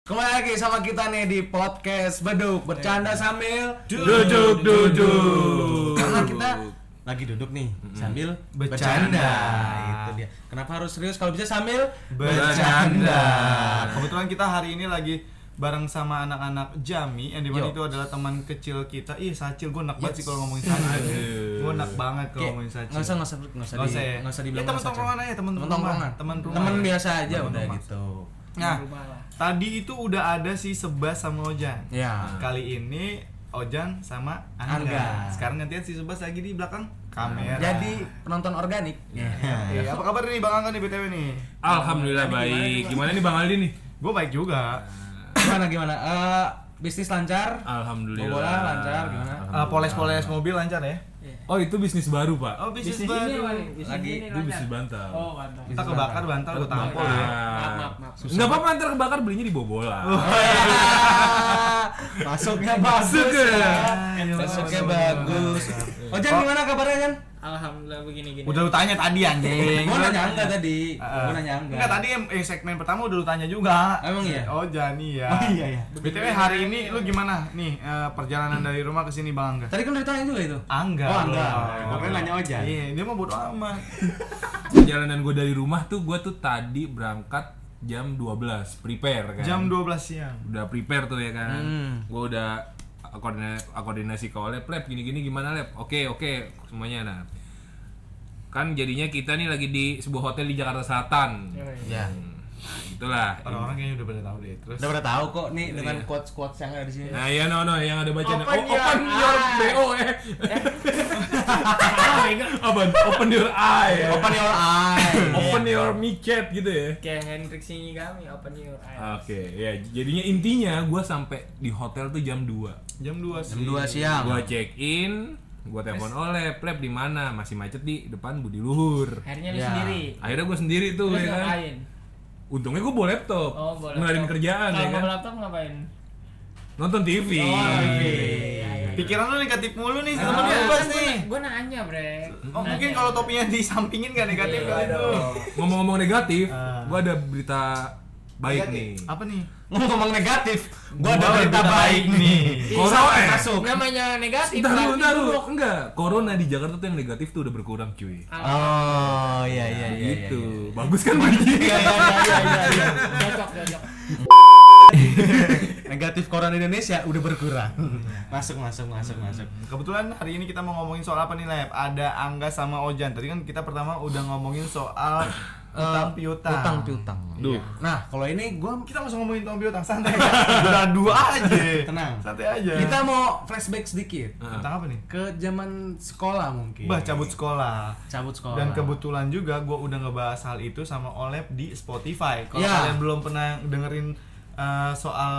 Kembali lagi sama kita nih di podcast Beduk Bercanda sambil Duduk, duduk. Karena kita lagi duduk nih sambil bercanda. Bercanda. Itu dia. Kenapa harus serius kalau bisa sambil Bercanda. Kebetulan kita hari ini lagi bareng sama anak-anak Jami yang dimana Yo. itu adalah teman kecil kita. Ih, Sacil gue enak banget sih kalau ngomongin Sacil. gue enak banget kalau Kayak, ngomongin Sacil. nggak usah nggak usah nggak usah Nggak di- usah ya? nggak usah dibilang Ya, temen nggak usah, tongkrongan Chan. aja, temen temen rumah. tongkrongan Temen rumah. temen biasa aja Temen udah rumah. gitu Nah, Rumah lah. tadi itu udah ada si Sebas sama Ojan. Ya. Kali ini Ojan sama Angga. Angga. Sekarang gantian si Sebas lagi di belakang kamera. jadi penonton organik Ya. Iya, apa kabar nih Bang Angga nih BTW nih? Alhamdulillah baik. Gimana nih Bang Aldi nih? Gue baik juga. gimana gimana Eh, bisnis lancar Alhamdulillah. Bola lancar, gimana? Ah, Eh, Poles-poles mobil lancar ya? Oh itu bisnis baru pak? Oh, bisnis Bisnis ini apa baru. nih? Bisnis Lagi, ini itu lancar. bisnis bantal. Oh, mantap. Kita kebakar bantal gue tampol ya. Maaf, maaf, maaf. Oh. Susah. Nggak apa-apa ntar kebakar belinya di Bobola. masuknya bagus Masuk ya. Ayo, masuknya ayo, bagus Ojan gimana kabarnya Jan? Alhamdulillah begini-gini. Udah lu tanya tadi anjing. Gua nanya enggak tadi Gua nanya enggak Enggak tadi yang, yang segmen pertama udah lu tanya juga. Emang iya? Oh, Jani ya. Oh, iya, iya. BTW hari ini lu gimana nih eh, perjalanan dari rumah ke sini Bang Angga? Tadi kan udah ditanya juga itu Angga. Oh, Angga. Oh. Gue nanya Ojan. Iya, dia mau bodo amat. Perjalanan gue dari rumah tuh gue tuh tadi berangkat jam 12 prepare kan. Jam 12 siang. udah prepare tuh ya kan Hmm. gue udah koordinasi, koordinasi ke Olep Lep gini-gini gimana Lep oke oke semuanya nah kan jadinya kita nih lagi di sebuah hotel di Jakarta Selatan Ya nah, itulah Orang-orang kayaknya udah pada tahu deh. Terus Udah pada tahu kok nih dengan quotes-quotes yang ada di sini nah ya no no yang ada bacaan Open oh, open your your eye. bo eh Ah, Apa? open your eye Iya. ya. Open your eye open your micet gitu ya Kayak Hendrik Singi kami, open your eyes. Oke, ya jadinya intinya gue sampai di hotel tuh jam 2 jam Jam 2 siang. 2 Ah. siang Gua check in, gua telepon oleh pleb di mana? Masih macet di depan Budi Luhur. Akhirnya lu Ya. sendiri. Akhirnya gua sendiri tuh Terus ya kan. ngapain? Untungnya gua bawa laptop. Oh, boleh. Ngelarin kerjaan ya Kalau kan. nggak laptop Oh, iya. ngapain? Eh, Nonton Nah, TV. Iya, Iya, Pikiran lu negatif mulu nih sama Gua- dia Nah, gua- Bas nih. Gua nanya, Bre. Oh, mungkin kalau topinya disampingin gak negatif Iya, kali itu. Ngomong-ngomong negatif, Ah. gua ada berita baik nih. Apa nih? Ngomong negatif Iya, Gua Gua ada berita baik nih Corona eh. Masuk namanya negatif Bentar dulu, tapi bentar dulu. buruk. Enggak, corona di Jakarta tuh yang negatif tuh udah berkurang cuy. Ah, Oh iya iya iya iya, gitu. iya. Bagus kan bagi. Iya iya iya iya, iya. Cocok, cocok. Negatif corona Indonesia udah berkurang. Masuk masuk masuk masuk. Kebetulan hari ini kita mau ngomongin soal apa nih Lep? Ada Angga sama Ojan. Tadi kan kita pertama udah ngomongin soal eh, utang piutang. Utang piutang. Duh. Nah, kalau ini gua Kita langsung ngomongin utang piutang santai. Berdua aja. Tenang. Santai aja. kita mau flashback sedikit Nah. utang apa nih? ke zaman sekolah mungkin. Bah cabut sekolah. cabut sekolah. Dan kebetulan juga gue udah ngebahas hal itu sama Olep di Spotify. Kalau Ya. kalian belum pernah dengerin uh, soal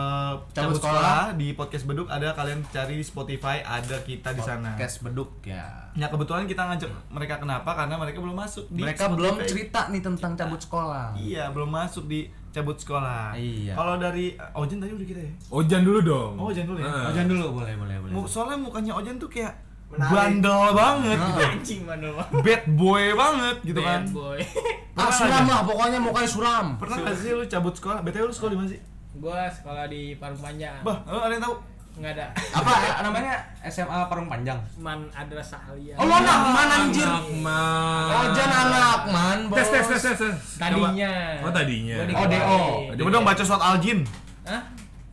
Cabut cabut, sekolah. sekolah, di podcast Beduk ada kalian cari di Spotify ada kita di sana. Podcast beduk ya. Nah kebetulan kita ngajak mereka kenapa? Karena mereka belum masuk di Mereka Spotify. belum cerita nih tentang cabut sekolah. Iya belum masuk di cabut sekolah. Iya. Kalau dari Ojen tadi udah kita ya. Ojan dulu dong. Nah. Oh, Ojan dulu ya? Heeh. Ojan dulu boleh boleh boleh. Mu- Soalnya mukanya Ojen tuh kayak bandel banget gitu. Nah. Anjing mana lu? Bad boy banget gitu kan. Bad boy. Ah suram lah pokoknya mukanya suram. Pernah gak sih lu cabut sekolah? BTW lu sekolah di mana sih? Nah. Gua sekolah di Parung Panjang. Bah, lu ada yang tahu? Enggak ada. Apa namanya SMA Parung Panjang? Man Adrasah Aliyah. Oh, lu anak man anjir. Oh, Anak, man. Ojan anak man. Bos. Tes tes tes tes. tes. Tadinya. Coba. Oh tadinya. Gua di- Oh, DO. Coba dong baca surat Aljin. Hah?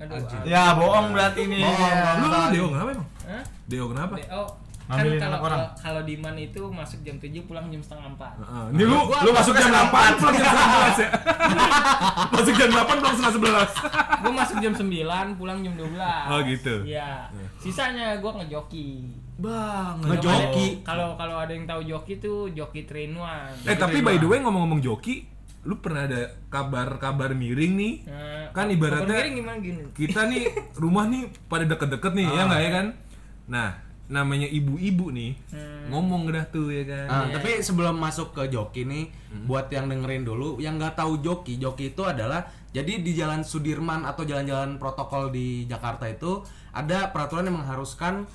Aduh. Anjing. ah. Ya, bohong berarti nih. Bohong, bohong. Lu lu Deo kenapa emang? Hah? Deo kenapa? DO kan Ngambilin kalau anak orang. kalau- kalau di man itu masuk jam 7 pulang jam setengah 4. Heeh. Nah, Ini lu lu masuk jam 8 pulang jam 11 ya. masuk jam 8 pulang jam 11. Gua masuk jam 9, pulang jam 12. Oh, gitu. Iya. Sisanya gua ngejoki. Bang, Ngejoki. Kalau kalau ada yang tahu joki tuh joki train one. eh tapi by the way ngomong-ngomong joki, lu pernah ada kabar-kabar miring nih? Nah, Kan ibaratnya- kalau miring gimana gini? Kita nih rumah nih pada deket-deket nih ya nggak ya kan? Nah namanya ibu-ibu nih ngomong dah tuh ya kan? Ah, tapi sebelum masuk ke joki nih, buat yang dengerin dulu, yang nggak tahu joki, joki itu adalah jadi di Jalan Sudirman atau jalan-jalan protokol di Jakarta itu ada peraturan yang mengharuskan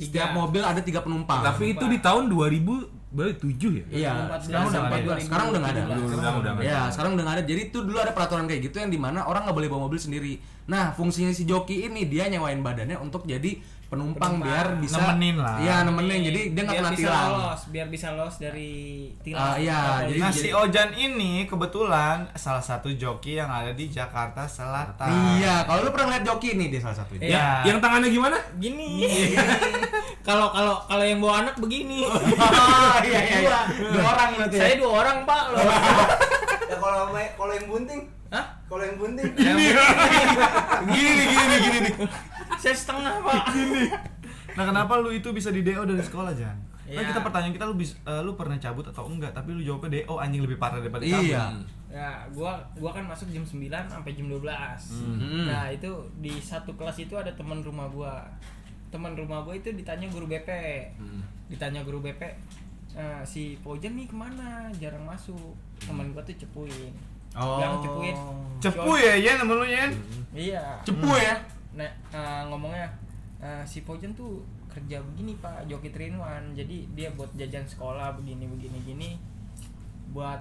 setiap mobil ada tiga penumpang. Tapi itu di tahun 2000 baru tujuh ya? Iya, 2014 sekarang udah sampai nggak ada. Sekarang udah nggak ada. 2017. Udah, udah, udah. Ya, sekarang udah nggak ada. Jadi tuh dulu ada peraturan kayak gitu yang dimana orang nggak boleh bawa mobil sendiri. Nah, fungsinya si joki ini dia nyewain badannya untuk jadi penumpang, Penumpang. biar bisa Nemenin lah. Iya, nemenin. Jadi dia nggak Biar kena bisa tilang. lolos, biar bisa lolos dari tilang. Ah, iya, Atau jadi- Nah, si Ojan ini kebetulan salah satu joki yang ada di Jakarta Selatan. Iya, kalau lu pernah lihat joki nih dia salah satunya. Iya. Ya, yang tangannya gimana? gini. Kalau kalau kalau yang bawa anak begini. Oh, iya, iya, iya. Dua orang nanti. Saya dua orang, Pak, loh. ya kalau ma- kalau yang bunting Hah? kalau yang bunting Gini nih, gini nih, gini nih. Saya setengah, Pak. Nah, kenapa lu itu bisa di DO dari sekolah, Jan? Kan Iya. kita pertanyaan kita lu bis- eh, lu pernah cabut atau enggak, tapi lu jawabnya DO anjing lebih parah daripada cabut. Iya. Ya, gua gua kan masuk jam 9 sampai jam 12. Hmm. Nah, itu di satu kelas itu ada teman rumah gua. Teman rumah gua itu ditanya guru BP. Mhm. Ditanya guru BP, "Eh, si Pojan nih kemana? Jarang masuk. Teman gua tuh cepuin. Oh. Bilang cepuin. Cepu ya, Yen, temen lu, Yen. Iya. Cepu ya. Nah, eh, ngomongnya eh, si Pojan tuh kerja begini pak joki trinwan jadi dia buat jajan sekolah begini begini gini buat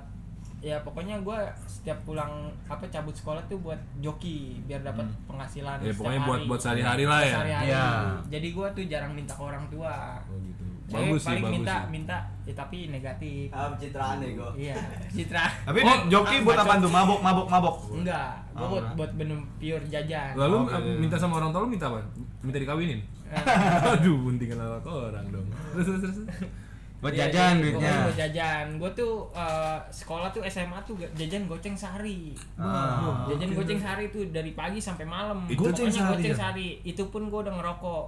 ya pokoknya gue setiap pulang apa cabut sekolah tuh buat joki biar dapat penghasilan Ya, setiap pokoknya buat- hari. buat sehari-hari lah ya? Sehari-hari. Iya. jadi gue tuh jarang minta ke orang tua Oh gitu. Saya Bagus sih, paling bagus minta sih. minta ya, tapi negatif ah pencitraan nih gua iya citra Tapi Oh, joki buat apa tuh? Mabok, mabok, mabok. ah, enggak gue Oh, buat enggak. buat bener pure jajan Lalu Oke. eh, minta sama orang tua lu minta apa? Minta dikawinin? Eh, Aduh, buntingan lewat orang dong. Terus terus terus. Buat Iya, jajan iya, duitnya. pokoknya Buat jajan. Gue tuh eh, sekolah tuh SMA tuh ga- jajan goceng sehari. Ah. jajan goceng sehari tuh dari pagi sampai malam. Itu Pokoknya goceng sehari goceng ya? sehari. Itu pun gue udah ngerokok.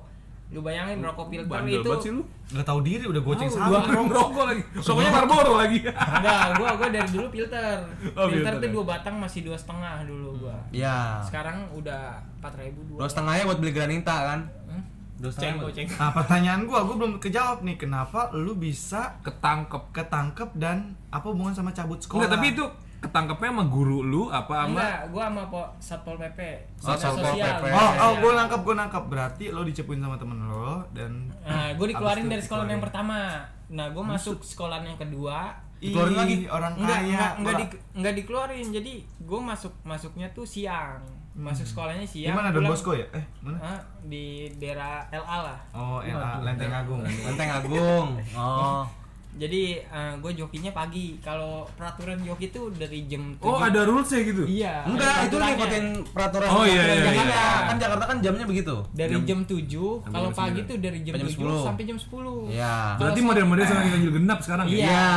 Lu bayangin rokok filter Bandel itu. banget sih lu. Enggak tahu diri udah goceng Oh, sama. Dua rokok lagi. Pokoknya Marlboro lagi. Enggak, gua gua dari dulu filter. Oh, filter filter tuh ya. dua batang masih dua setengah dulu gua. Iya. Sekarang udah 4.000 Dua setengahnya buat beli granita kan. Hmm? Dua Goceng setengah. buat- goceng. Nah, pertanyaan gua, gua belum kejawab nih. Kenapa lu bisa Ketangkep. ketangkep dan apa hubungan sama cabut sekolah? Enggak, tapi itu ketangkepnya sama guru lu apa sama Enggak, gua sama po, Satpol PP. Oh, Dinas Satpol sosial. PP. Oh, oh, Iya. gue nangkep, gue nangkep. Berarti lo dicepuin sama temen lo dan Nah, gue Abis dikeluarin itu dari sekolah yang dikeluarin. pertama. Nah, gue masuk sekolah yang kedua. Dikeluarin Ih, lagi? orang Enggak, kaya. enggak, enggak, Orang- di, enggak dikeluarin. Jadi, gue masuk masuknya tuh siang. Masuk sekolahnya di siang. mana Don iya, pulang- Bosco ya? Eh, mana? Hah? di daerah LA lah. Oh, enak, Lenteng Agung. Lenteng Agung. Oh. Jadi, gue jokinya pagi. Kalau peraturan joki tuh dari jam 7. Oh, ada rulesnya gitu. Iya. ada Enggak, itu peraturannya. ngikutin peraturan Oh, iya, peraturan iya, Jakarta. iya. Kan Jakarta kan jamnya begitu. dari Jam- jam, 7 jam kalau pagi 9. tuh dari jam, Jam 7 10. sampai jam 10 Iya. Kalau Eh, Berarti model-model sama ganjil genap sekarang ya? Iya. Iya.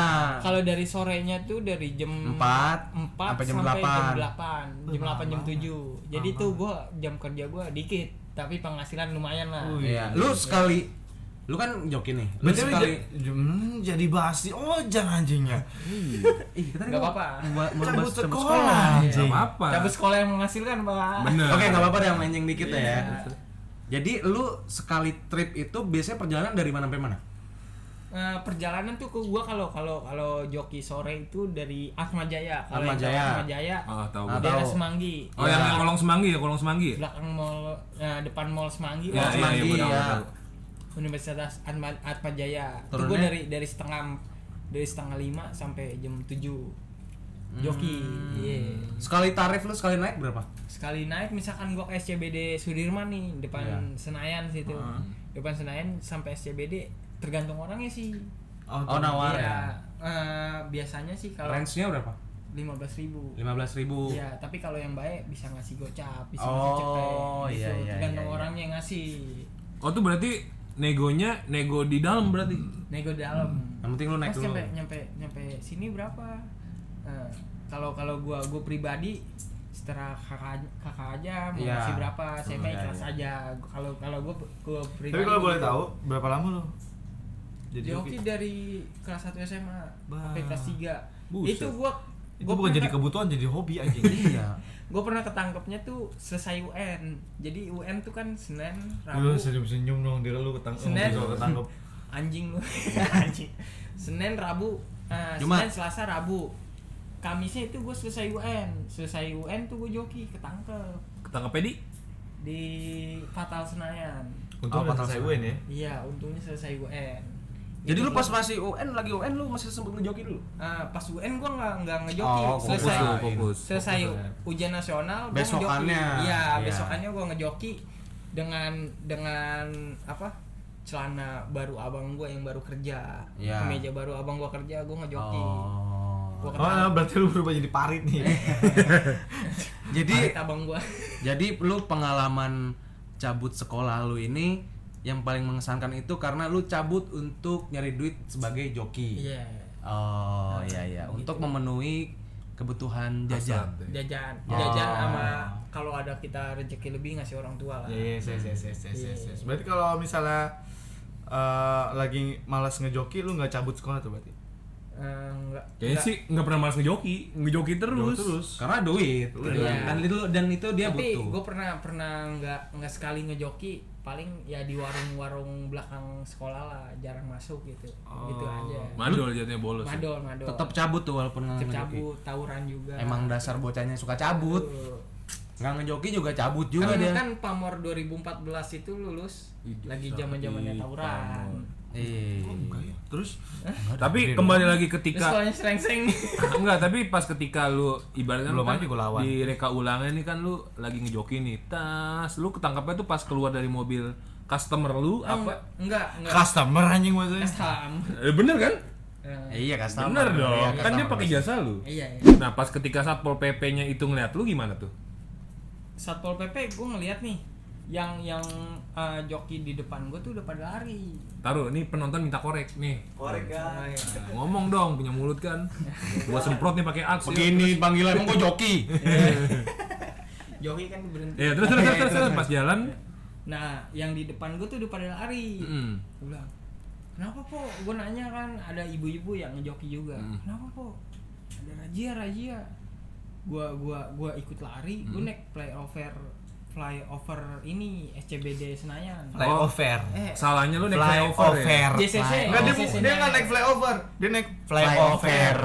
Kalau dari sorenya tuh dari jam Empat, 4 sampai sampai jam jam delapan. 8. Jam 8 jam 7. Jadi tuh gua jam kerja gua dikit, tapi penghasilan lumayan lah. Wih. Iya. Lu sekali lu kan joki nih. Lu Berarti lu sekali ja- hmm, jadi basi. Oh, jangan anjingnya. Ih, kita Nggak apa-apa. Mau mau Cabut bahas cabut sekolah. Enggak Anjing. apa-apa. Cabut sekolah yang menghasilkan, Pak. Bener. Oke, nggak apa-apa deh yang menying dikit ya. Iya. Jadi lu sekali trip itu biasanya perjalanan dari mana sampai mana? Eh, perjalanan tuh ke gua kalau kalau kalau joki sore itu dari Atma Jaya. Kalau Atma yang tahu Jaya. Atma Jaya. Oh, tahu. Ah, gua. daerah tahu. Semanggi. Oh, yang yang kolong semanggi ya, kolong semanggi ya? belakang mall eh, depan mall Semanggi. Ya, Mall iya, iya, Semanggi, gua tahu, ya. gua tahu. Universitas Atma, Atma Jaya. Itu gue Turunnya? dari dari setengah dari setengah lima sampai jam tujuh. Hmm. Joki, iya. Sekali tarif lu sekali naik berapa? Sekali naik misalkan gua ke SCBD Sudirman nih depan Iya. Hmm. Senayan situ. Depan Senayan sampai SCBD tergantung orangnya sih. Oh, nawar Iya. ya. Eh, biasanya sih kalau Range-nya berapa? lima belas ribu. 15.000. Iya, tapi kalau yang baik bisa ngasih gocap, bisa ngasih Oh, cepet, iya, gitu. iya, tergantung iya, iya. orangnya yang ngasih. Oh, tuh berarti negonya nego di dalam berarti. nego di dalam Yang penting lu naik Mas dulu. nyampe nyampe nyampe sini berapa Nah, kalau kalau gua gua pribadi setelah kakak kakak aja mau Iya. kasih berapa saya mah Iya, ikhlas iya. aja kalau kalau gua gua pribadi Tapi kalau boleh tahu, berapa lama lu? Jadi joki joki. dari kelas 1 SMA Bah. sampai kelas 3 Buset. itu gua Itu gua bukan jadi pernah, kebutuhan, jadi hobi anjing. Iya. gua pernah ketangkepnya tuh selesai UN jadi UN tuh kan Senin Lu Rabu senyum-senyum dong, diri lu ketang- Senin. kalau ketangkep. anjing lu anjing Senin Rabu eh, Iya. Jumat. Senin Selasa Rabu Kamisnya itu gue selesai UN selesai UN tuh gue joki ketangkep Ketangkepnya di di Fatal Senayan Oh, Untung udah patah selesai sekolah. UN ya. iya untungnya selesai UN Jadi Itu lu pas gua- masih UN lagi UN lu masih sempet ngejoki dulu. Ah, pas UN gua nggak nggak ngejoki Oh, fokus selesai lu, fokus. selesai Fokus lu. ujian nasional gua Besokannya. ngejoki. iya Iya. besokannya gua ngejoki dengan dengan apa celana baru abang gua yang baru kerja Iya. kemeja baru abang gua kerja gua ngejoki Oh. gua Oh, kenal berarti lu berubah jadi parit nih. Jadi parit abang gua Jadi lu pengalaman cabut sekolah lu ini yang paling mengesankan itu karena lu cabut untuk nyari duit sebagai joki. iya Nah, Oh gitu. iya iya, untuk memenuhi kebutuhan jajan. Asal. jajan Oh. jajan sama kalau ada kita rezeki lebih ngasih orang tua lah Iya, yes, yes, yes, yes, yes, yes, Iya. yes. Berarti kalau misalnya eh, lagi malas ngejoki lu nggak cabut sekolah tuh berarti. Eh, nggak- Kayaknya nggak- sih nggak pernah malas ngejoki, ngejoki terus. terus. Karena duit. gitu Iya. kan. Dan itu dan itu dia tapi butuh. gue pernah pernah nggak nggak sekali ngejoki paling ya di warung-warung belakang sekolah lah jarang masuk gitu Oh. gitu aja Madol jatuhnya bolos. ya. madol madol Tetap cabut tuh walaupun nggak Tetep ngejoki. cabut tawuran juga Nah, Emang dasar bocahnya suka cabut. Tuh. Nggak ngejoki juga cabut juga kan, dia. kan pamor 2014 itu lulus Ih, lagi sakit, zaman zamannya tawuran pamor. Eh. Terus Oh, iya. Tapi kembali lagi terus ketika sekolahnya sering-sering Enggak, tapi pas ketika lu ibaratnya Belum lu kan aja gua lawan. di reka ulangan ini kan lu lagi ngejoki nih. Tas, lu ketangkapnya tuh pas keluar dari mobil customer lu apa? apa enggak enggak customer anjing maksudnya. Sam Eh, bener kan? Eh, Iya customer. Bener dong. Iya, kan dia customer. pakai jasa lu. iya iya Nah, pas ketika Satpol PP-nya itu ngeliat lu gimana tuh? satpol pp gue ngeliat nih yang yang eh, joki di depan gue tuh udah pada lari Taruh, nih penonton minta korek nih. korek kan Nah, ngomong dong, punya mulut kan. Gua semprot nih pakai aks. ya. Begini panggilan emang gue joki. Iya. joki kan berhenti Ya, terus terus terus, terus, terus. pas jalan. Nah, yang di depan gue tuh udah pada lari. Mm. Gue bilang, kenapa po? Gue nanya kan, ada ibu-ibu yang ngejoki juga. Hmm. Kenapa po? Ada razia, razia. Gua gua gua ikut lari, Hmm. gue naik flyover flyover ini SCBD Senayan. Flyover. Eh, Salahnya lu naik flyover ya. JCC. Enggak dia, JCC dia nggak naik Senayan. flyover, dia naik flyover.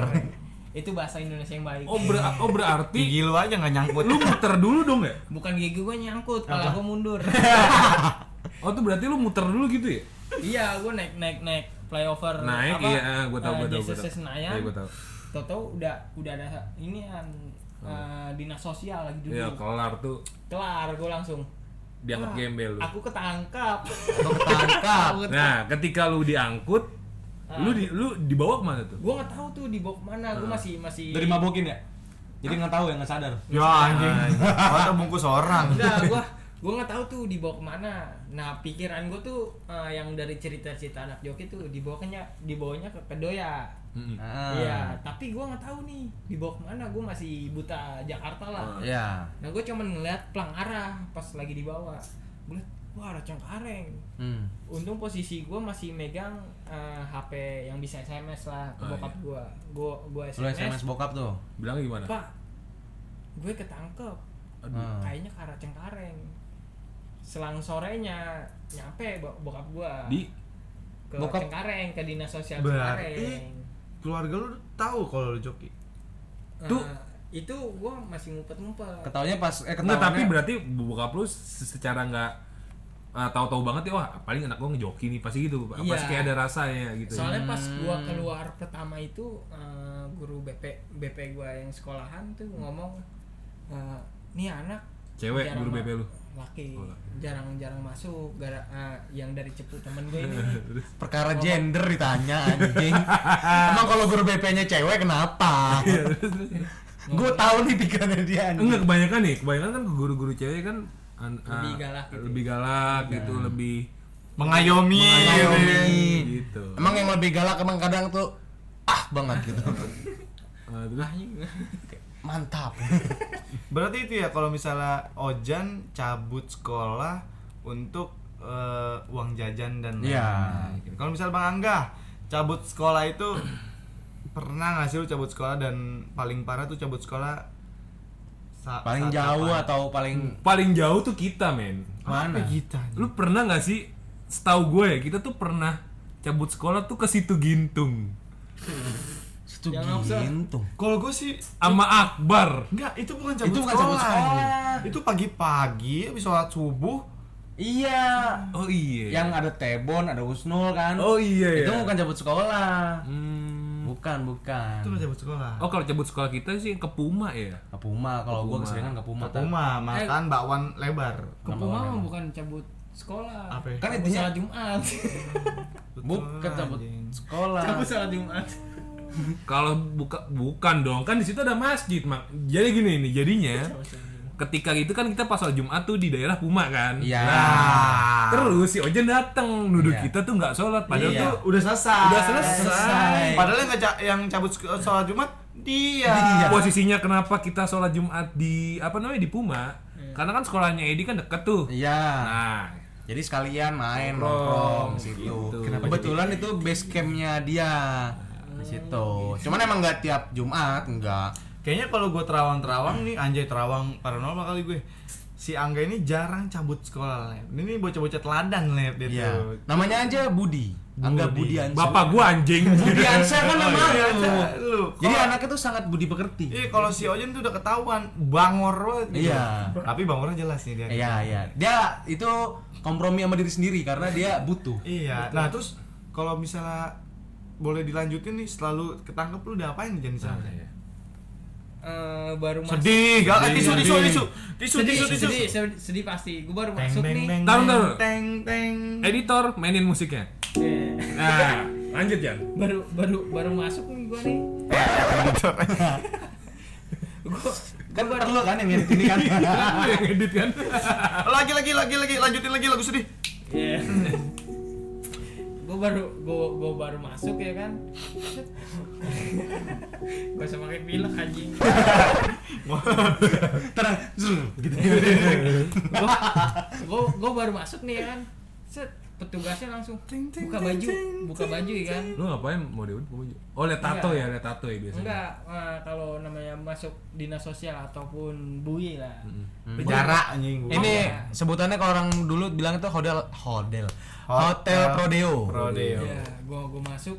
Itu bahasa Indonesia yang baik. Oh, ber- oh berarti Gigi lu aja nggak nyangkut. lu muter dulu dong ya? Bukan gigi gue nyangkut, kalau gue mundur. Oh tuh berarti lu muter dulu gitu ya? iya, gue naik naik naik flyover Naik apa, iya, eh, gua tahu eh, gua tahu gua JCC tahu. Senayan. Iya, gua tahu. Toto udah udah ada ini kan eh, dinas sosial lagi Oh. duduk. Iya, kelar tuh Kelar gue langsung. diangkut Wah, gembel lu. Iya. Aku ketangkap. Lu ketangkap. Nah, ketika lu diangkut, Ah. lu di, lu dibawa kemana tuh? gue nggak tahu tuh dibawa kemana. Nah. Gue masih masih. Dari mabokin ya? Jadi nggak tahu ya nggak sadar. Ya anjing. Mata bungkus orang. Enggak, gue gue nggak tahu tuh dibawa kemana. Nah pikiran gue tuh eh, yang dari cerita-cerita anak joki tuh dibawanya dibawanya ke Kedoya. Mm-mm. Ah. Iya, tapi gue nggak tahu nih dibawa kemana. Gue masih buta Jakarta Ah. lah. Iya. Nah gue cuman ngeliat pelang arah pas lagi dibawa. Gue liat, wah ada cengkareng. Hmm. Untung posisi gue masih megang eh, HP yang bisa SMS lah ke Oh, bokap iya. gue. Gue gue Lu SMS, SMS bokap tuh. Bilangnya gimana? Pak, gue ketangkep. Hmm. Kayaknya ke arah Cengkareng. Selang sorenya nyampe bo- bokap gue Di ke bokap- Cengkareng ke dinas sosial Berarti- Cengkareng. Keluarga lu tahu kalau lu joki. Eh, tuh- itu gue masih ngumpet-ngumpet. Ketaunya pas eh Enggak, ketahuannya tapi berarti bokap lu se- secara nggak ah, tahu-tahu banget ya wah paling anak gua ngejoki nih pasti gitu Iya. pasti kayak ada rasanya gitu Soalnya pas gua keluar pertama itu eh, guru BP BP gua yang sekolahan tuh ngomong eh, nih anak Cewek, jarang guru ma- BP lu? Laki. Oh, laki. Jarang-jarang masuk gara eh, yang dari cepu temen gue ini. perkara gender ditanya anjing. Emang kalau guru BP-nya cewek kenapa? Gue tahu nih pikirannya dia anjing. Iya. enggak kebanyakan nih kebanyakan kan guru-guru cewek kan an- Lebih ah, galak gitu. lebih galak gitu lebih Mengayomi. Mengayomi. gitu Emang yang lebih galak emang kadang tuh ah banget gitu. Ah, terus Mantap. Berarti itu ya kalau misalnya Ojan cabut sekolah untuk eh, uang jajan dan Iya. lain-lain. Kalau misalnya Bang Angga cabut sekolah itu pernah nggak sih lu cabut sekolah dan paling parah tuh cabut sekolah sa- Paling saat jauh kapan? atau paling paling jauh tuh kita men Apa mana? gitu? kita? anjing? Lu pernah nggak sih? Setahu gue ya, kita tuh pernah cabut sekolah tuh ke situ Gintung Situ Jangan usah. gintung. Kalau gue sih sama Akbar. enggak, itu bukan cabut Itu bukan sekolah. cabut sekolah. anjing. Itu pagi-pagi habis sholat subuh Iya. Oh iya. Yang ada Tebon, ada Usnul kan. Oh iya. Itu ya. bukan cabut sekolah. Hmm. Bukan, bukan. Itu lu cabut sekolah. Oh kalau cabut sekolah kita sih ke Puma ya. Ke Puma kalau gua kan keseringan ke Puma. Tan. Puma makan bakwan lebar. Ke Puma mah bukan cabut sekolah. Apa? ya? Kan Cabut intinya sholat Jumat. bukan cabut Anjing. sekolah. cabut sholat Jumat. Kalau buka bukan dong kan di situ ada masjid mak. Jadi gini nih jadinya. Ketika itu kan kita pas sholat Jumat tuh di daerah Puma kan. Nah, Iya. Ah. Terus si Ojen dateng nuduh Iya. kita tuh nggak sholat padahal Iya. tuh Udah selesai. udah selesai. Padahal yang ngeca- yang cabut sek- sholat Jumat dia. Iya. Posisinya kenapa kita sholat Jumat di apa namanya di Puma? Karena kan sekolahnya Edi kan deket tuh. Iya. Nah, Jadi sekalian main nongkrong di situ. Kebetulan itu base campnya dia di situ. Cuman emang nggak tiap Jumat, enggak. Kayaknya kalau gue terawang-terawang nih anjay terawang paranormal kali gue. Si Angga ini jarang cabut sekolah, Lep. Ini bocah-bocah teladan, Lep, dia Iya. tuh. Namanya aja Budi. Angga Budi Ansyah. bapak gua anjing. Budi Ansyah kan namanya. Lu. Jadi Kalau- anaknya tuh sangat budi pekerti. Iya, kalau si Ojen tuh udah ketahuan bangor banget gitu. Iya. Tapi bangornya jelas nih dia. Iya, iya. Dia itu kompromi sama diri sendiri karena dia butuh. Iya. Nah, terus kalau misalnya boleh dilanjutin nih selalu ketangkep lu udah apain Jen di sana? Nah, iya. Eh, baru masuk. Sedih, gak eh, iya. tisu, tisu, Sedih. tisu, tisu, Sedih, tisu, tisu. sedih, sedih, sedih pasti. Gue baru Teng masuk teng nih. teng Eh, Taruh, teng, taruh. teng teng. Editor mainin musiknya. Eh, Nah, lanjut Jan. baru baru baru masuk nih gue nih. Gue Kan perlu kan yang ngedit ini kan. Lu yang edit kan. Lagi lagi lagi lagi lanjutin lagi lagu sedih. gue baru gue gue baru masuk ya kan. gue sama kayak pilek anjing. Tenang, zoom, gitu. gue gue baru masuk nih ya kan set petugasnya langsung buka baju buka baju ya kan Lu ngapain mau deut? Oh, liat tato ya, liat tato ya biasanya. enggak eh, kalau namanya masuk dinas sosial ataupun bui lah Penjara anjing gua. Ini sebutannya kalau orang dulu bilang itu hodel hodel. Hotel Prodeo. Oh, Iya. Prodeo. ya gue gue masuk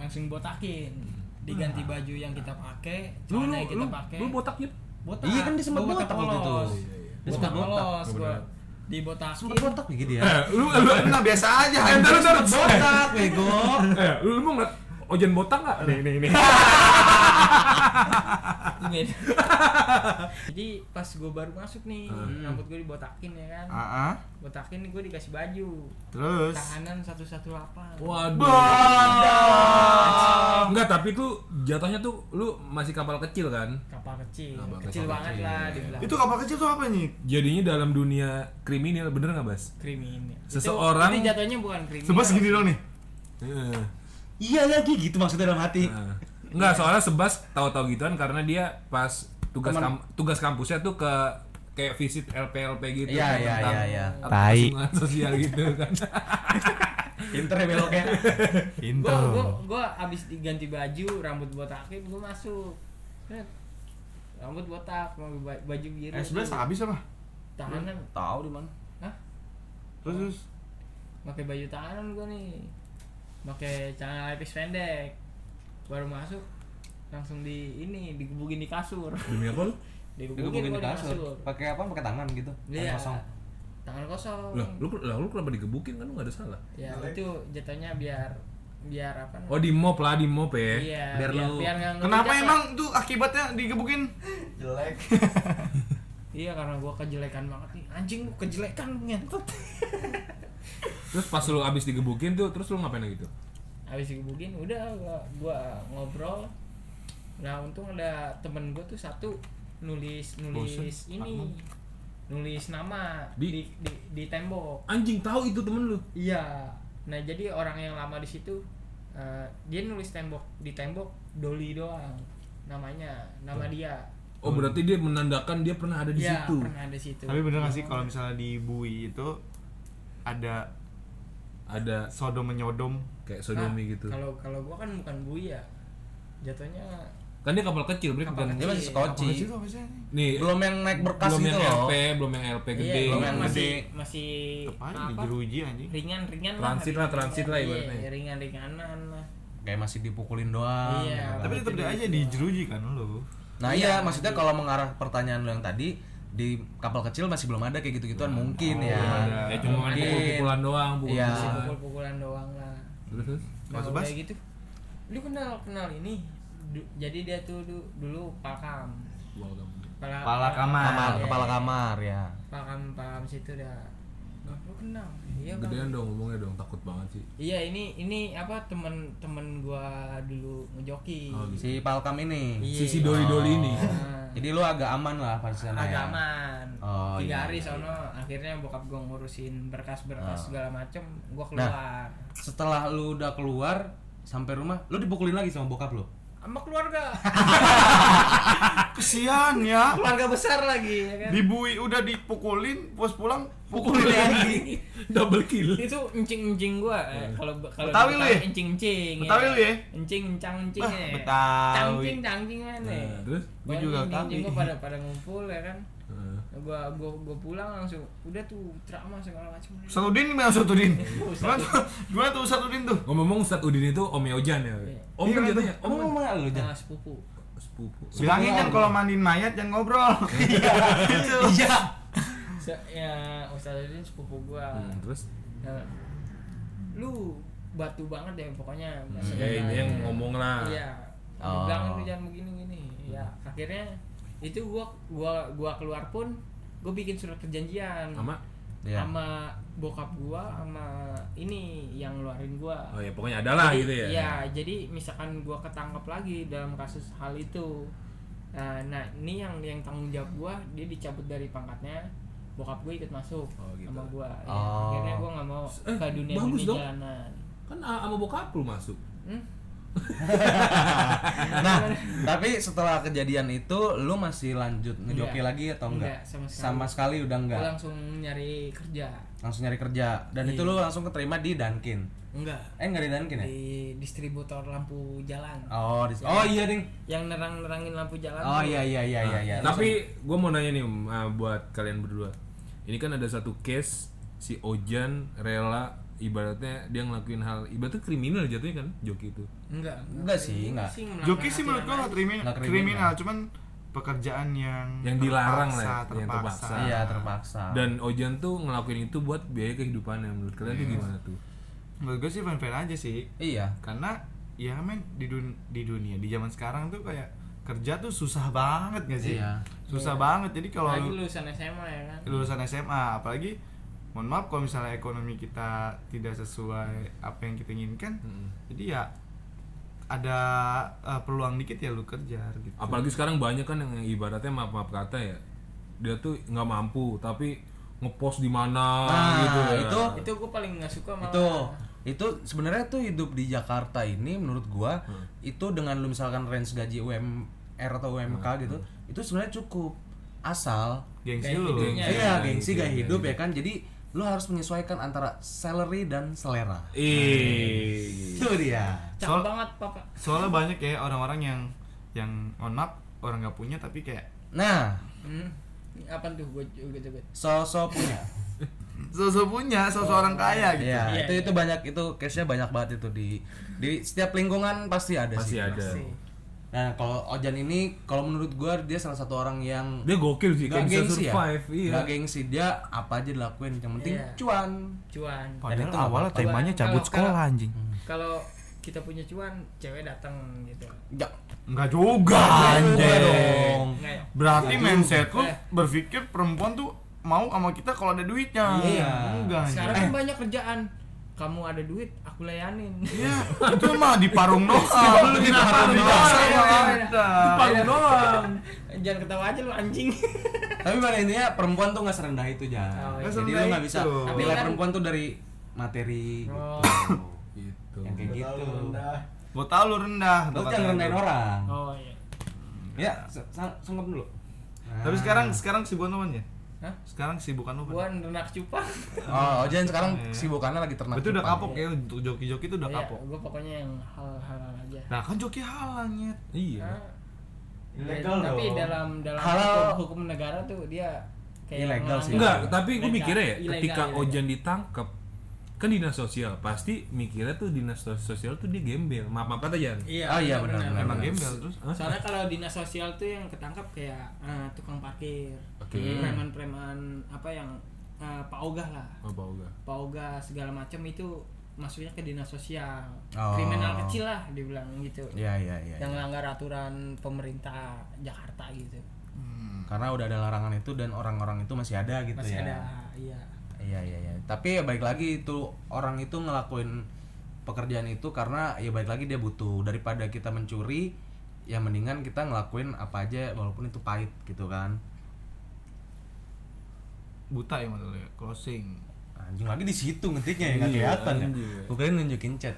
langsung botakin Hmm. Nah. diganti baju yang kita pakai Lu lu celana yang lu, kita pakai lu botak ya? botak Iya kan dia sempat Gua botak waktu itu. polos. Iya, iya. Dia botak sempat botak, polos gue dibotakin Sempet botak ya gitu ya. Eh, lu lu Nah, biasa aja. Eh, taruh, taruh. Botak, bego. Eh, lu lu mau ngeliat Ojen botak nggak? Nih, nih, nih. Beda. jadi pas gue baru masuk nih Ah. Hmm. rambut gue dibotakin ya kan Heeh. botakin gue dikasih baju Terus. tahanan 118 Waduh. Bah. Enggak, tapi tuh jatuhnya tuh lu masih kapal kecil kan? kapal kecil Kapal kecil kecil. banget lah dibilang Itu kapal kecil tuh apa nih? Jadinya dalam dunia kriminal bener nggak, Bas? kriminal Seseorang- itu, itu jatuhnya bukan kriminal Sebas segini dong nih. Heeh. Iya lagi gitu maksudnya dalam hati. Nah. Enggak, soalnya Sebas tahu-tahu gituan karena dia pas tugas Temen- kam- tugas kampusnya tuh ke kayak visit LPLP gitu Iya, kan, iya, tentang iya, iya. apa, Tai. hubungan sosial gitu kan. Pinter ya beloknya. gue gue Pintu. gue abis diganti baju rambut botakin gue masuk Set. rambut botak mau ba- baju biru Eh, sebelas habis apa? tahanan Tahu di mana? Hah? Terus terus. pakai baju tahanan gue nih pakai celana lepis pendek baru masuk langsung di ini digebukin di kasur Demi apa lu? digebukin gua di kasur Pakai apa? Pakai tangan gitu. Iya. tangan kosong Lah, lu, lah, lu kenapa digebukin kan lu gak ada salah. ya itu jatuhnya biar biar apa Oh, di mop lah, di mop ya. iya biar biar, lu- biar nggak ngerti Kenapa jatuh. emang tuh akibatnya digebukin? jelek iya karena gua kejelekan banget nih anjing lu kejelekan lu ngentot Terus pas lu abis digebukin tuh, terus lu ngapain lagi tuh? habis digebukin udah gua, gua ngobrol nah untung ada temen gua tuh satu nulis nulis Bosen, ini nulis nama Di- di di, di tembok Anjing tahu itu temen lu. Iya. Nah jadi orang yang lama di situ eh, dia nulis tembok di tembok Doli doang namanya nama dia. Oh, berarti dia menandakan dia pernah ada di Iya situ. pernah ada situ. Tapi bener gak sih kalau misalnya di bui itu ada Ada sodom menyodom? kayak Nah, sodomi gitu. Kalau kalau gua kan bukan buaya, jatuhnya Kan dia kapal kecil, berarti Kapal bukan. Dia masih Kapal kecil skoci. tuh apa sih? anjing? Nih, Belum yang naik berkas belum gitu yang loh. LP, belum yang LP gede. iya, Belum yang masih gede. masih Apaan ini apa? jeruji anjing? Ringan ringan Transit lah, transit lah ibaratnya. ringan ringanan lah. Kayak masih dipukulin doang. Iya. Tapi tetap dia aja dijeruji kan lu. iya, Nah iya, maksudnya kalau mengarah pertanyaan lo yang tadi di kapal kecil masih belum ada kayak gitu gituan mungkin ya Ya cuma main Mungkin. pukul-pukulan doang, Iya. Masih pukul-pukulan. pukul-pukulan doang lah Terus, terus? Nah, Mas udah Bas? gitu lu kenal kenal ini Du- jadi dia tuh du- dulu palkam Pala- Pala kamar. kamar Iya, kepala iya. kamar ya palkam palkam situ dah Bang, lu kenal iya Bang. Gedean dong ngomongnya dong, takut banget sih. iya ini ini apa temen temen gua dulu ngejoki Oh, gitu. si palkam ini Iya. Sisi doli-doli ini. Nah, jadi lu agak aman lah pas di sana ya? agaman Oh, iya, tiga hari iya, sono akhirnya bokap gua ngurusin Ah. Oh. berkas-berkas segala macem Nah. gua keluar setelah lu udah keluar sampai rumah lu dipukulin lagi sama bokap lu sama keluarga Ah, Kesian ya. keluarga besar lagi ya kan Dibui udah dipukulin, pas pulang pukulin lagi Double kill. itu encing encing gua eh, kalau kalau Iya. Betawi lu ya? encing encing Betawi lu ya? encing encang encing Bah, kan? ya Betawi. cangcing cangcing mana Nah, terus? Gua juga encing Betawi. gua pada pada ngumpul ya kan Nah, gua gua gua pulang langsung udah tuh trauma segala macam Satudin gimana Satudin? Ustadz. Gimana tuh? Gimana tuh Satudin tuh? Ngomong-ngomong Ustadz Udin itu Omnya Ojan ya? Iya. Om kan jatuhnya? Om Om kan? ngomong nggak gitu. lu Jan? nah, sepupu Sepupu. Bilangin kan kalau mandiin mayat jangan ngobrol. Gitu. iya Se ya Ustaz Udin sepupu gua Hmm, terus? Nah, lu batu banget deh pokoknya Hmm, ya, ini yang ngomong lah. Hmm. iya Oh. bilang lu jangan begini gini ya akhirnya itu gua gua gua keluar pun gua bikin surat perjanjian Sama? Iya. sama bokap gua sama ini yang ngeluarin gua Oh ya pokoknya ada lah gitu ya. Iya, jadi misalkan gua ketangkep lagi dalam kasus hal itu. Nah, nah, ini yang yang tanggung jawab gua, dia dicabut dari pangkatnya. Bokap gue ikut masuk Oh, gitu. sama gua. Ya, Oh. Akhirnya gua nggak mau Eh, ke dunia bagus dunia dong. jalanan. Kan a- sama bokap lu masuk. Hmm? nah tapi setelah kejadian itu lu masih lanjut ngejoki Enggak. lagi atau enggak, Enggak, Iya. sama sekali sekali. udah enggak Gua langsung Iya. nyari kerja. langsung nyari kerja dan itu lu langsung keterima di Dunkin Enggak. eh enggak di Dunkin ya Di distributor lampu jalan. oh di oh iya ding Yang nerang-nerangin lampu jalan. oh tuh. iya iya iya iya iya Tapi gue mau nanya nih Om, ah, buat kalian berdua. Ini kan ada satu case si Ojan rela ibaratnya dia ngelakuin hal ibaratnya kriminal jatuhnya kan joki itu. Enggak. Enggak sih, enggak. melanggar Joki sih menurut gua aturan nggak kriminal, Nggak kriminal. kriminal, cuman pekerjaan yang Yang dilarang lah, yang terpaksa, terpaksa. terpaksa. iya terpaksa Dan Ojan tuh ngelakuin itu buat biaya kehidupannya menurut kalian itu gimana tuh? Menurut gua sih fan-fan aja sih. iya Karena ya men di dun- di dunia di zaman sekarang tuh kayak kerja tuh susah banget gak sih? Iya. Susah banget. Jadi kalau Lagi lu- lulusan SMA ya kan. lulusan SMA apalagi mohon maaf kalau misalnya ekonomi kita tidak sesuai apa yang kita inginkan Mm-mm. jadi ya ada eh, peluang dikit ya lu kerja gitu Apalagi sekarang banyak kan yang ibaratnya maaf maaf kata ya dia tuh nggak mampu tapi ngepost di mana Nah, gitu ya. itu- Itu gua paling nggak suka malah. itu itu sebenarnya tuh hidup di Jakarta ini menurut gua itu dengan lu misalkan range gaji UMR atau UMK gitu itu sebenarnya cukup asal gengsi Kayak lu hidupnya. iya iya, gengsi iya, gaya iya, hidup ya kan jadi lu harus menyesuaikan antara salary dan selera Ih. itu dia Cak Soal- banget papa. soalnya banyak ya orang-orang yang yang mohon maaf orang nggak punya tapi kayak nah Hmm. Ini Apa tuh gue juga juga. sosok punya sosok punya sosok orang kaya gitu Iya, Iya, itu iya. itu banyak itu case-nya banyak banget itu di di setiap lingkungan pasti ada sih. Masih ada. Nah, kalau Ojan ini kalau menurut gua dia salah satu orang yang Dia gokil sih gak kayak bisa gengsi ya. survive. Iya. Gak gengsi dia apa aja dilakuin yang penting Iya. cuan. Cuan. Dan itu nggak apa-apa. Kalau- anjing Kalau kita punya cuan, cewek datang gitu. Ya, nggak juga anjing dong. Enggak ya? berarti mindset lu Eh. berpikir perempuan tuh mau sama kita kalau ada duitnya Iya. enggak anjing. Eh, Sekarang kan banyak kerjaan. Kamu ada duit, aku layanin. Iya, itu mah di parung doang. Di parung doang. Udah. Paling doang. Jangan ketawa aja lu anjing. Tapi pada intinya perempuan tuh nggak serendah itu Jan. Oh, Jadi iya. lu Serendah nggak bisa itu. nilai Tapi kan- perempuan tuh dari materi Oh. gitu. Gitu. yang kayak Tahu gitu. lu rendah. Gua tau lu rendah. Lu Gua jangan kata rendahin lu. orang. Oh iya. Ya, sa- sa- sungkep dulu. Nah. Tapi sekarang sekarang sibukan lu ya? Hah? Sekarang sibukan lu Gua kan? renang cupang. Oh, Ojan sekarang kesibukannya lagi ternak. Iya. Berarti udah cupang. kapok ya untuk joki-joki itu udah Iya, kapok. Gua pokoknya yang hal-hal aja. Nah, kan joki halal nyet. Iya. Nah, Ilegal ya, tapi dong. dalam dalam Halal. hukum, hukum negara tuh dia kayak Ilegal sih. melanggar. Enggak, tapi gue Iya. Ilegal, mikirnya ya ilegal, ketika ilegal. Ojan ditangkap kan dinas sosial pasti mikirnya tuh dinas sos- sosial tuh dia gembel maaf maaf kata Jan Iya. Ah, iya, benar, benar, emang gembel terus Hah? Soalnya kalau dinas sosial tuh yang ketangkap kayak eh, tukang parkir, Oke. preman-preman apa yang eh, paogah lah, apa Oh, enggak paogah segala macam itu masuknya ke dinas sosial, Oh. kriminal kecil lah dibilang gitu, Iya iya iya. yang melanggar aturan pemerintah Jakarta gitu, Hmm. Karena udah ada larangan itu dan orang-orang itu masih ada gitu masih ya. ada, iya. Iya iya iya. Tapi ya baik lagi itu orang itu ngelakuin pekerjaan itu karena ya baik lagi dia butuh daripada kita mencuri ya mendingan kita ngelakuin apa aja walaupun itu pahit gitu kan. buta ya maksudnya closing Anjing lagi di situ ngetiknya ya Iya, nggak kelihatan ya. Gue kira nunjukin chat.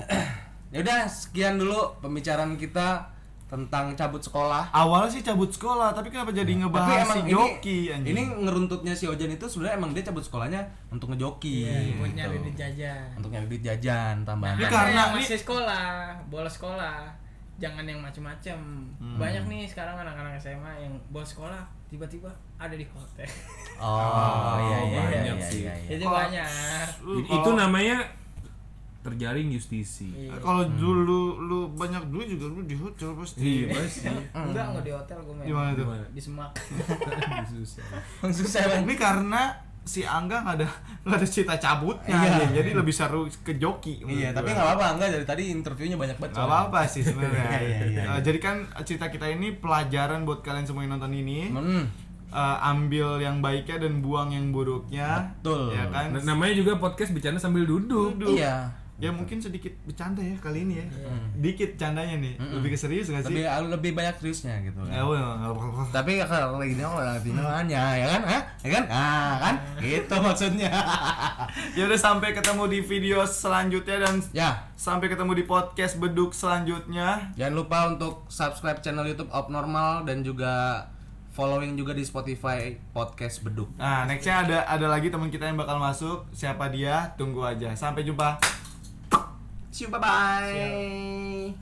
ya udah sekian dulu pembicaraan kita tentang cabut sekolah. awalnya sih cabut sekolah tapi kenapa jadi Tapi ngebahas si emang joki ini, anjing ini ngeruntutnya si Ojan itu sebenarnya emang dia cabut sekolahnya untuk ngejoki. Iya, buat gitu. nyari duit jajan. Untuk nyari duit jajan tambahan. Ini Nah, karena karena yang ini- masih sekolah, bolos sekolah, jangan yang macem-macem. Hmm. Banyak nih sekarang anak-anak SMA yang bolos sekolah tiba-tiba ada di hotel. Oh, iya iya iya, banyak iya, sih. iya, iya. Itu Kalau- banyak. Lu itu kalau- namanya terjaring justisi Iya. kalau dulu lu, lu banyak duit juga lu di hotel pasti iya pasti Enggak, enggak di hotel gue main. gimana tuh Gimana? Di semak. Susah. Susah banget. ini karena si Angga nggak ada nggak ada cita cabutnya Iya. ya. jadi lebih seru ke joki menurut Iya, tapi gua. nggak apa-apa enggak dari tadi interviewnya banyak banget. Gak apa-apa sih sebenarnya. Iya, iya, iya. Eh, jadi kan cerita kita ini pelajaran buat kalian semua yang nonton ini. Hmm. Eh, ambil yang baiknya dan buang yang buruknya. Betul. Ya kan. Nah, namanya juga podcast bercanda sambil duduk Iya. Ya mungkin sedikit bercanda ya kali ini ya. Dikit candanya nih. Lebih ke serius gak sih? Lebih ah, lebih banyak seriusnya gitu Ya, kan. weh, nggak apa-apa. Tapi ya kalau ini orang pinanya ya kan? Hah? Ya kan? Ah, kan? Gitu maksudnya. Ya udah sampai ketemu di video selanjutnya dan ya, sampai ketemu di podcast beduk selanjutnya. Jangan lupa untuk subscribe channel YouTube Abnormal dan juga following juga di Spotify Podcast Beduk. Nah, nextnya ada ada lagi teman kita yang bakal masuk. Siapa dia? Tunggu aja. Sampai jumpa. See you, bye bye.